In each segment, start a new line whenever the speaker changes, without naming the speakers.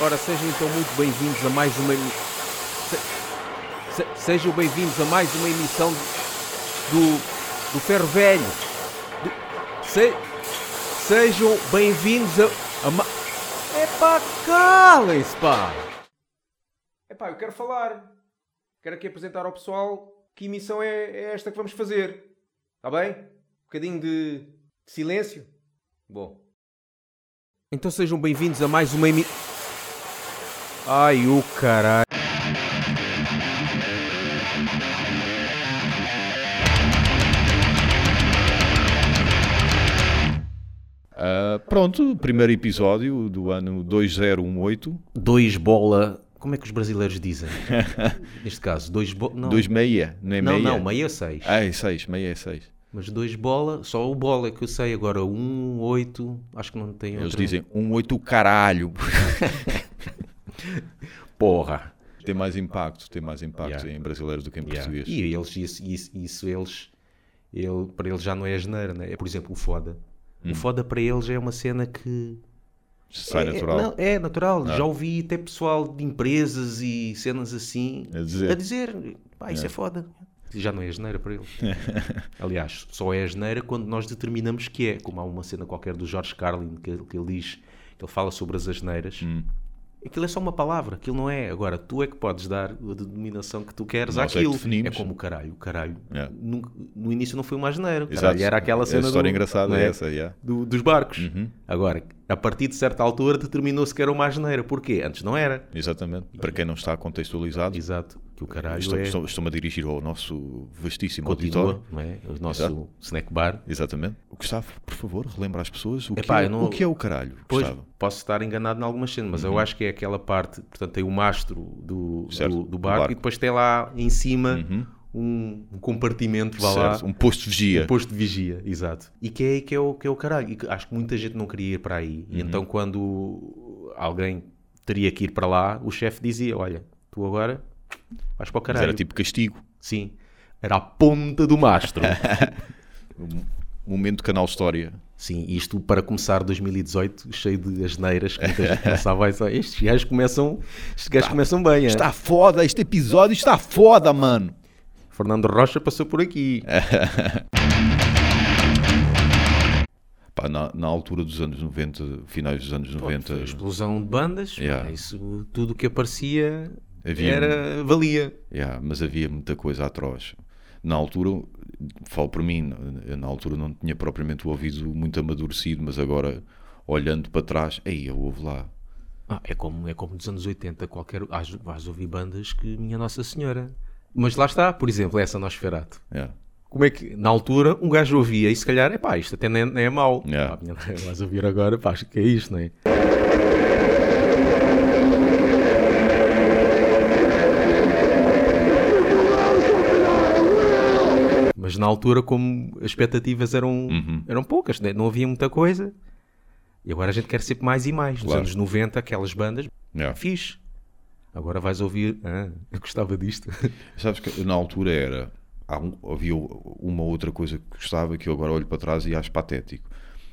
Ora, sejam então muito bem-vindos a mais uma. emi- Se- se- Sejam bem-vindos a mais uma emissão do. do Ferro Velho. Do- Se- Sejam bem-vindos a. a ma... Epá, calem-se, pá! Epá, eu quero falar. Quero aqui apresentar ao pessoal que emissão é, é esta que vamos fazer. Está bem? Um bocadinho de, de silêncio. Bom. Então sejam bem-vindos a mais uma emissão. Ai, o caralho.
Ah, pronto, primeiro episódio do ano 2018,
dois bola. Como é que os brasileiros dizem? Neste caso, dois bola. Não,
26, não é
não,
meia?
não, meia seis.
Ah, é 6, meia é 6.
Mas dois bola, só o bola é que eu sei. Agora, um, oito, acho que não tem
Eles
outro.
dizem 18 caralho.
porra.
tem mais impacto, tem mais impacto
Yeah.
em brasileiros do que em
Yeah.
português.
E eles, isso, isso, isso eles, ele, para eles já não é asneira, né? É, por exemplo, o foda. O foda para eles é uma cena que.
Hum. Sai
é, é-
natural. Ah.
não, É, natural. Já ouvi até pessoal de empresas e cenas assim
A dizer.
pá, isso é. foda. Já não é asneira para eles. Aliás, só é asneira quando nós determinamos que é. Como há uma cena qualquer do George Carlin que, que ele diz, que ele fala sobre as asneiras.
Hum.
Aquilo é só uma palavra, aquilo não é. Agora, tu é que podes dar a denominação que tu queres
Nós é que
àquilo.
definimos.
como o caralho. O caralho
É.
nunca- no início não foi uma asneira. o
Exato.
Caralho, era aquela cena
A história Hum.
do-
engraçada
não
é
é?
essa, yeah. Uhum,
do- dos barcos. Agora, a partir de certa altura determinou-se que era uma asneira. Porquê? Antes não era.
exatamente. Para quem não está contextualizado,
Exato. Que o caralho
estou-
é...
estou- estou-me a dirigir ao nosso vastíssimo auditório.
continua, não é? O nosso
Exato.
snack bar.
Exatamente. Gustavo, por favor, relembra às pessoas o, que,
Epá,
é,
eu não-
o que é o caralho,
Pois,
Gustavo.
posso estar enganado em algumas cenas, mas eu acho que é aquela parte, portanto, tem o mastro do,
Uhum. Certo,
do, do
do
barco,
barco.
e depois tem lá em cima um, um compartimento, vá lá,
Uhum. Certo, Um posto de vigia.
um posto de vigia, exato. E que é aí que é o, que é o caralho. E que acho que muita gente não queria ir para aí.
Uhum.
E então, quando alguém teria que ir para lá, o chefe dizia: Olha, tu agora vais para o
Mas
caralho.
era tipo castigo.
Sim, era a ponta do mastro.
Momento canal história.
Sim, isto para começar 2018 cheio de asneiras que muita gente pensava, "Ah, estes gajos começam, estes gajos começam bem. é?"
Tá. Está foda, este episódio está foda, mano.
Fernando Rocha passou por aqui.
É. Pá, na, na altura dos anos 90, finais dos anos 90,
Explosão de bandas, é
Yeah.
isso tudo o que aparecia
Havia- um-
era valia.
yeah, mas havia muita coisa atroz. Na altura, falo por mim, eu na altura não tinha propriamente o ouvido muito amadurecido, mas agora, olhando para trás, ei, eu ouvo lá.
Ah, é como é como nos anos 80, qualquer vais, vais ouvir bandas que minha Nossa Senhora. Mas lá está, por exemplo, essa Nosferatu.
Yeah.
Como é que, na altura, um gajo ouvia e se calhar, é pá, isto até nem, nem é mau.
Yeah.
Pá, minha- Vais ouvir agora, pá, acho que é isto, não é? Mas na altura, como as expectativas eram, eram poucas, né? não havia muita coisa. E agora a gente quer sempre mais e mais. Nos
Claro.
anos 90, aquelas bandas,
Yeah.
fixe. Agora vais ouvir, ah, eu gostava disto.
Sabes que eu, na altura era. há um- havia uma outra coisa que gostava que eu agora olho para trás e acho patético.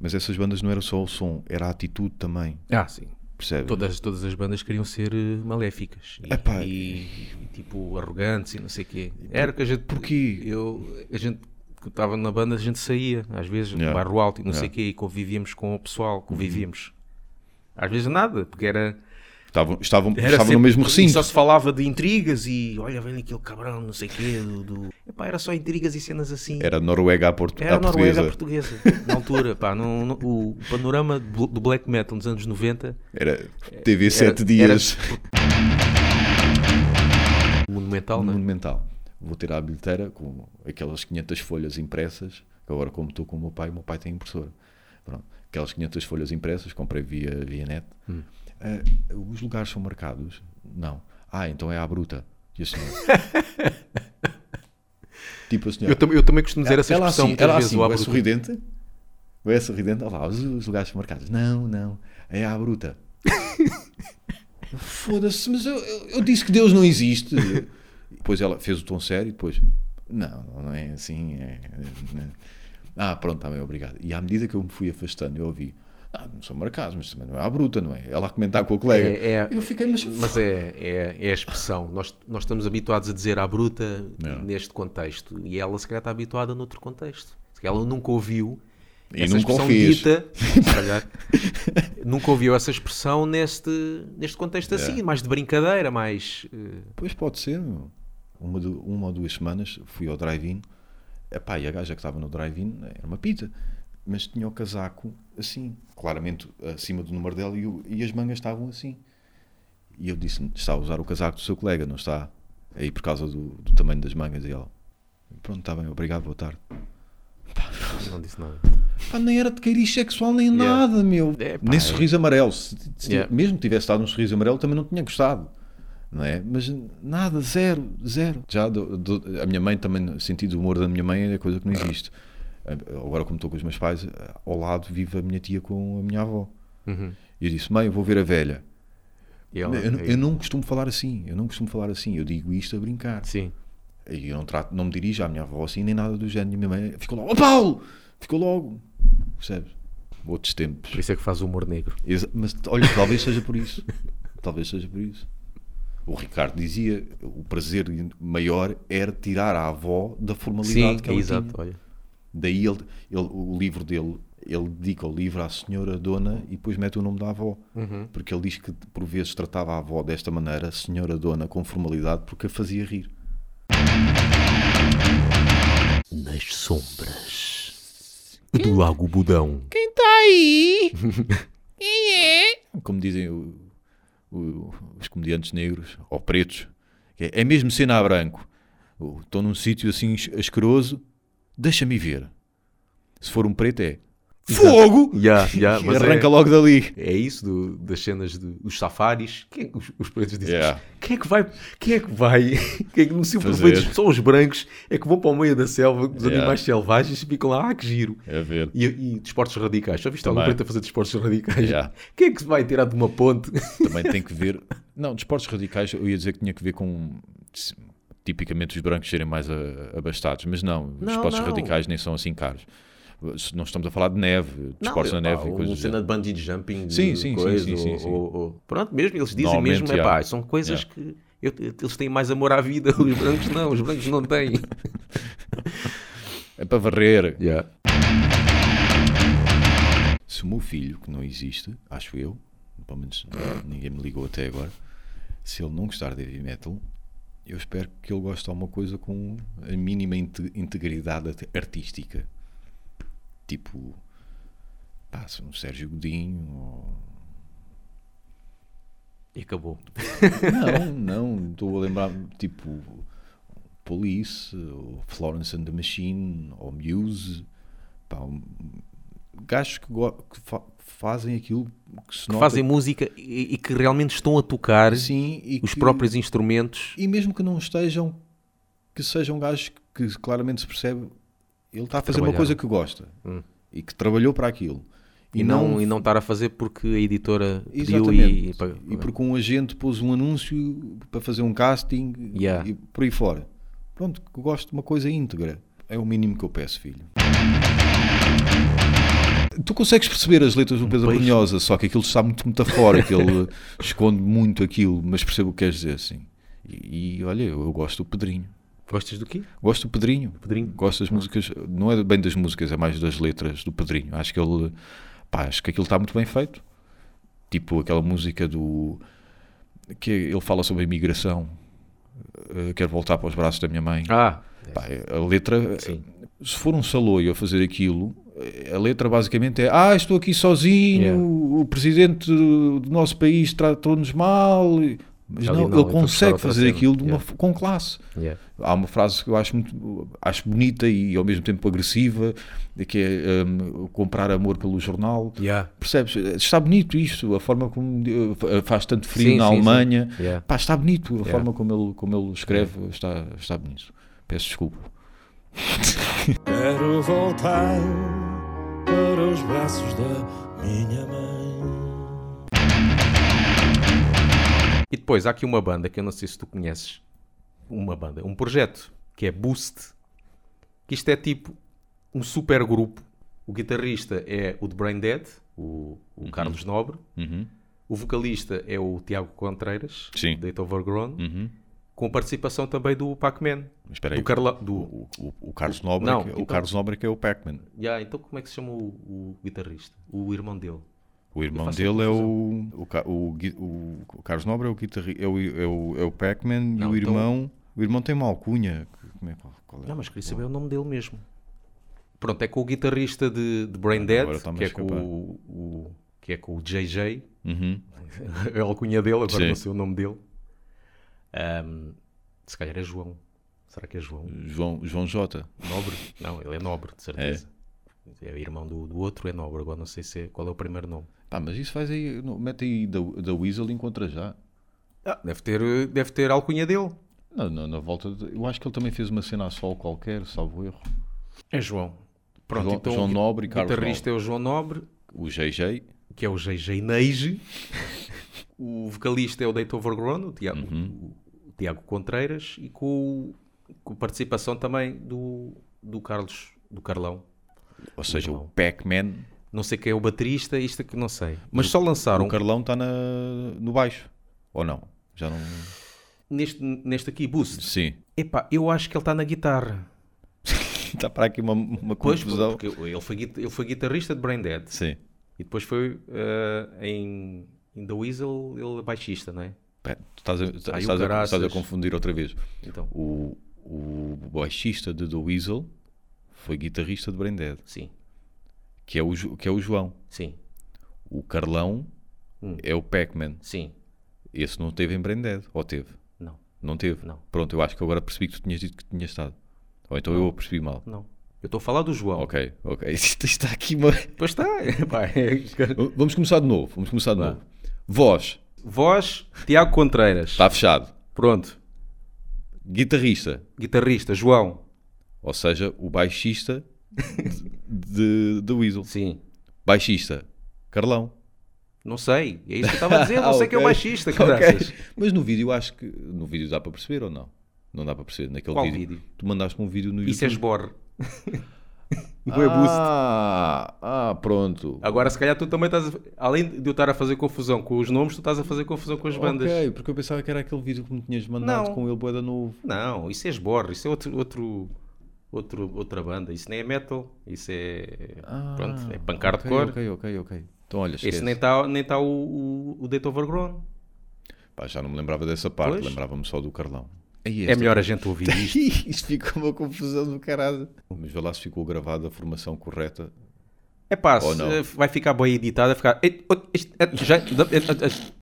Mas essas bandas não era só o som, era a atitude também,
Ah, sim.
percebes?
Todas, todas as bandas queriam ser eh, maléficas e,
Epá,
e- e, tipo arrogantes e não sei o quê. Era que a gente.
porquê?
Eu, a gente que estava na banda, a gente saía, às vezes,
Yeah.
no barro alto e não sei
Yeah.
o quê, e convivíamos com o pessoal, convivíamos. Às vezes nada, porque era.
Estavam, estavam,
era
estavam
sempre-
no mesmo
e
recinto.
Só se falava de intrigas e olha, vem aquele cabrão, não sei o quê. Do, do... Epá, era só intrigas e cenas assim.
Era Noruega à, portu-
Era
à
a Noruega
portuguesa.
portuguesa, na altura, pá, não- não- o panorama do do black metal nos anos 90
Era TV sete
é, era-
dias.
monumental, não é?
Monumental. Vou tirar a bilheteira com aquelas 500 folhas impressas. que Agora, como estou com o meu pai, o meu pai tem impressora. Pronto. Aquelas 500 folhas impressas, comprei via, via net.
Hum.
Ah, os lugares são marcados? Não. Ah, então é à bruta. E a senhora? tipo a senhora.
Eu, tam- eu também costumo dizer essa
ela
expressão
assim,
muitas
ela
vezes.
assim,
o
ou é
abro-
sorridente? Ou é sorridente? Olha lá, os, os lugares marcados. Não, não, é à bruta. Foda-se, mas eu, eu, eu disse que Deus não existe. depois ela fez o tom sério e depois... Não, não é tá assim, é... é- Ah, pronto, está bem, obrigado. E à medida que eu me fui afastando, eu ouvi... Ah, não são marcados, mas também não é à bruta, não é? Ela a comentar com o colega.
É- é-
eu fiquei, mas.
Mas é, é, é a expressão. Nós, nós estamos habituados a dizer à bruta
Não.
neste contexto. E ela, se calhar, está habituada noutro contexto. Se calhar ela nunca ouviu
E
essa
nunca o
expressão
fez.
dita. Se calhar, nunca ouviu essa expressão neste, neste
É.
contexto assim, mais de brincadeira, mais. eh,
Pois pode ser, meu. Uma, du- uma ou duas semanas fui ao drive-in. Epá, e a gaja que estava no drive-in era uma pita. Mas tinha o casaco assim, claramente acima do número dela e, o- e as mangas estavam assim. E eu disse: Está a usar o casaco do seu colega, não está? Aí por causa do, do tamanho das mangas. E ela: Pronto, está bem, obrigado, boa tarde.
não disse nada.
Pá, nem era de cariz sexual nem
Yeah.
nada, meu.
É, pá,
nem
é-
sorriso amarelo. Se, se-
Yeah.
Mesmo tivesse dado um sorriso amarelo, também não tinha gostado. Não é? Mas nada, zero, zero. Já do- do- a minha mãe também, o sentido do humor da minha mãe é coisa que não existe. Ah, Agora, como estou com os meus pais, ah, ao lado vive a minha tia com a minha avó.
Uhum.
E eu disse, mãe, eu vou ver a velha.
E ela- é
eu, eu não costumo falar assim, eu não costumo falar assim, eu digo isto a brincar.
Sim.
E eu não, trato, não me dirijo à minha avó assim, nem nada do género. E a minha mãe ficou logo, ó Paulo! Ficou logo. Percebes? Outros tempos.
Por isso é que faz o humor negro.
Exa- Mas olha, talvez seja por isso. Talvez seja por isso. O Ricardo dizia o prazer maior era tirar a avó da formalidade
Sim,
que é ela
exato.
tinha.
Olha.
Daí ele, ele- o livro dele, ele dedica o livro à senhora dona e depois mete o nome da avó.
Uhum.
Porque ele diz que por vezes tratava a avó desta maneira, a senhora dona, com formalidade, porque a fazia rir.
Nas sombras do Lago Budão.
Como dizem o- o- os comediantes negros, ou pretos, que é, é mesmo cena a branco. Oh, Estou num sítio assim es- asqueroso, deixa-me ver. Se for um preto é fogo!
Já, já,
E
mas é-
arranca logo dali.
É isso do- das cenas do- dos safaris. Quem é que os, os pretos dizem?
Yeah.
Quem é que vai? Quem é que vai? Quem é que no círculo
Fazer.
preto só os brancos é que vão para o meio da selva dos
Yeah.
animais selvagens e ficam lá, ah, que giro.
É ver.
E, e desportos radicais. Já viste algum
Também.
preto a fazer desportos radicais?
Yeah.
Quem é que se vai tirar de uma ponte?
Também tem que ver. Não, desportos radicais, eu ia dizer que tinha que ver com tipicamente os brancos serem mais a- abastados, mas não, os
Não,
desportos
não.
radicais nem são assim caros. Se Não estamos a falar de neve, desportos
eu-
na neve
pá,
e
ou
coisas do
cena de bungee jumping, de
Sim, sim,
coisa,
sim, sim, sim,
ou-
sim.
ou- ou- pronto, mesmo eles dizem
Normalmente,
mesmo,
já.
é pá, são coisas que eu- eles têm mais amor à vida, os brancos não, os brancos não têm.
É para varrer. Se o meu filho, que não existe, acho eu, pelo menos ninguém me ligou até agora, se ele não gostar de heavy metal, eu espero que ele goste de alguma coisa com a mínima inte- integridade arte- artística. Tipo, pá, se um Sérgio Godinho ou...
E acabou.
Não, não, estou a lembrar, tipo, Police, ou Florence and the Machine, ou Muse, pá, um- gajos que, go- que fa- fazem aquilo que se
Que
nota
fazem música e, e que realmente estão a tocar
Sim, e
os
que-
próprios instrumentos.
E mesmo que não estejam, que sejam gajos que claramente se percebe, ele está a fazer uma
trabalharam.
coisa que gosta e que trabalhou para aquilo.
Hum. E, não, e não estar a fazer porque a editora pediu e,
Exatamente.
e-
E porque um agente pôs um anúncio para fazer um casting
Yeah.
e por aí fora. Pronto, que eu gosto de uma coisa íntegra. É o mínimo que eu peço, filho. Tu consegues perceber as letras do Pedro
beijo.
Brunhosa, só que aquilo está muito metafórico, ele esconde muito aquilo, mas percebo o que queres dizer, sim. E, e, olha, eu, eu gosto do Pedrinho.
Gostas do quê?
Gosto do Pedrinho.
Pedrinho?
Gosto das músicas, não é bem das músicas, é mais das letras do Pedrinho. Acho que ele, pá, acho que aquilo está muito bem feito. Tipo aquela música do. que ele fala sobre a imigração. Eh, Quero voltar para os braços da minha mãe.
Ah,
Pá, a letra,
Sim.
se for um saloio a fazer aquilo, a letra basicamente é: Ah, estou aqui sozinho,
Yeah.
o presidente do nosso país tratou-nos mal. E- Mas
Ali
não,
não,
ele
ele foi buscar
consegue
então, outra
fazer
cena.
aquilo de uma
Yeah.
f- com classe.
yeah.
Há uma frase que eu acho muito acho bonita e ao mesmo tempo agressiva, que é hum, comprar amor pelo jornal.
Yeah.
Percebes? Está bonito isto, a forma como eh, faz tanto frio
Sim,
na
sim, sim.
Alemanha.
Yeah.
Pá, está bonito, a
Yeah.
forma como ele, como ele escreve está, está bonito. Peço desculpa.
Quero voltar para os braços da minha mãe.
E depois há aqui uma banda que eu não sei se tu conheces. Uma banda, um projeto que é Boost. Que isto é tipo um super grupo. O guitarrista é o de Brain Dead, o, o Carlos Nobre.
Uhum.
O vocalista é o Tiago Contreiras,
Sim.
de It Overgrown,
Uhum.
com a participação também do Pac-Man.
Mas espera aí.
Do Carla, do...
O, o- o Carlos Nobre,
Não,
é que- o
então-
Carlos Nobre é que é o Pac-Man.
Yeah, então como é que se chama o, o guitarrista? O irmão dele.
O irmão
faço
dele é o, o, Ca- o, Gui- o- o Carlos Nobre é o guitarri, é o, é o, é o Pac-Man e
Não,
o
então-
irmão. O irmão tem uma alcunha. Como é, qual, qual é?
Não, mas queria saber o nome dele mesmo. Pronto, é com o guitarrista de, de Brain Dead,
Agora está-me
que
a
é, com
escapar.
o, o- que é com o JJ,
Uhum.
é a alcunha dele, agora
Sim.
não sei o nome dele. Ahm, se calhar é João. Será que é João?
João, João Jota.
Nobre? Não, ele é nobre, de certeza. É, irmão do, do outro, é nobre. Agora não sei se é- qual é o primeiro nome.
Pá, mas isso faz aí. no- Mete aí da, da Weasel e encontra já.
deve, ter, deve ter a alcunha dele.
Não, não, na volta. de- eu acho que ele também fez uma cena a sol qualquer, salvo erro.
É João. Pronto,
João-
então
João
o gui-
Nobre e Carlos
guitarrista é o João Nobre,
O GG.
que é o JJ Neige. o vocalista é o Date Overgrown, o Tiago, o Tiago Contreiras, e com, com participação também do, do Carlos, do Carlão.
Ou seja, o
Irmão.
Pac-Man.
Não sei quem é o baterista, isto é que não sei. Mas só lançaram
O Carlão está no baixo. Ou não? Já não.
neste, neste aqui, Boost.
Sim.
Epá, eu acho que ele está na guitarra.
Está Tá para aqui uma, uma
Pois,
confusão.
porque ele foi, guita- ele foi guitarrista de Brain Dead.
Sim.
E depois foi eh, em, em The Weasel, ele é baixista, não é?
Pá, tu estás, a,
Ai, o
estás a-
caraças.
estás a confundir outra vez.
Então,
O, o baixista de The Weasel foi guitarrista de Brain Dead,
sim,
que é o, Jo- que é o João.
sim,
O Carlão
Hum.
é o Pac-Man.
sim,
Esse não teve em Brain Dead, ou teve?
não,
Não teve?
Não.
Pronto, eu acho que agora percebi que tu tinhas dito que tinha estado. Ou então eu percebi mal.
não. Eu estou a falar do João.
Ok, ok. Isto está aqui uma...
Pois está. Pá, é-
Vamos começar de novo, vamos começar de novo. Voz,
Voz, Tiago Contreiras.
está fechado.
Pronto.
Guitarrista,
Guitarrista, João.
ou seja, o baixista de, de, de Weasel.
Sim.
Baixista, Carlão.
Não sei. É isso que eu estava a dizer. Não sei que é o
ok.
baixista,
Ok.
caraças.
Mas no vídeo acho que. No vídeo dá para perceber ou não? Não dá para perceber. Naquele
Qual
vídeo.
vídeo?
Tu mandaste um vídeo no
Isso é
YouTube.
esborre.
não é boost. Ah, ah, pronto.
Agora, se calhar, tu também estás. a- Além de eu estar a fazer confusão com os nomes, tu estás a fazer confusão com as bandas.
Ok, porque eu pensava que era aquele vídeo que me tinhas mandado
Não.
com ele boeda novo.
Não, isso é esborre, isso é outro, outro, outro- outra banda, isso nem é metal, isso é,
Ah,
pronto, é punk
ok,
hardcore.
Ok, ok, ok. Então olha, esquece.
Esse nem está nem tá o, o, o Date Overgrown.
Pá, já não me lembrava dessa parte,
Pois.
lembrava-me só do Carlão. Aí
É melhor a gente ouvir isto.
Isto ficou uma confusão do caralho. Mas vê lá se ficou gravada a formação correta.
É pá,
Ou
se-
não.
eh, vai ficar bem editada, vai ficar.